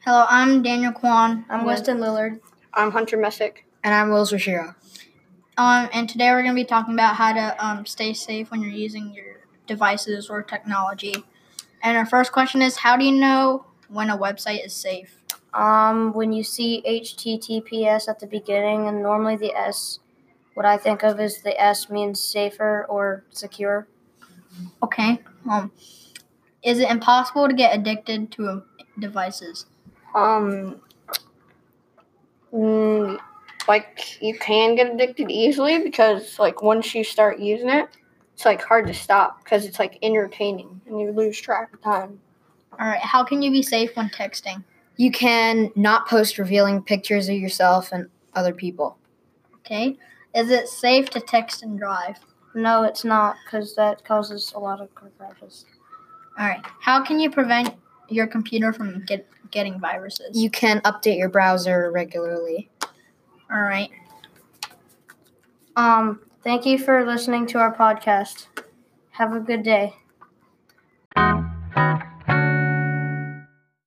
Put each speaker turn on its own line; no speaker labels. Hello, I'm Daniel Kwan.
I'm
with-
Weston Lillard.
I'm Hunter Messick.
And I'm Wills Rashira.
Um, and today we're going to be talking about how to um, stay safe when you're using your devices or technology. And our first question is How do you know when a website is safe?
Um, when you see HTTPS at the beginning, and normally the S, what I think of is the S means safer or secure.
Okay. Um, is it impossible to get addicted to um, devices?
Um, mm, like you can get addicted easily because like once you start using it, it's like hard to stop because it's like entertaining and you lose track of time.
All right. How can you be safe when texting?
You can not post revealing pictures of yourself and other people.
Okay. Is it safe to text and drive?
No, it's not, because that causes a lot of car crashes.
All right. How can you prevent your computer from get, getting viruses?
You can update your browser regularly.
All right.
Um, thank you for listening to our podcast. Have a good day.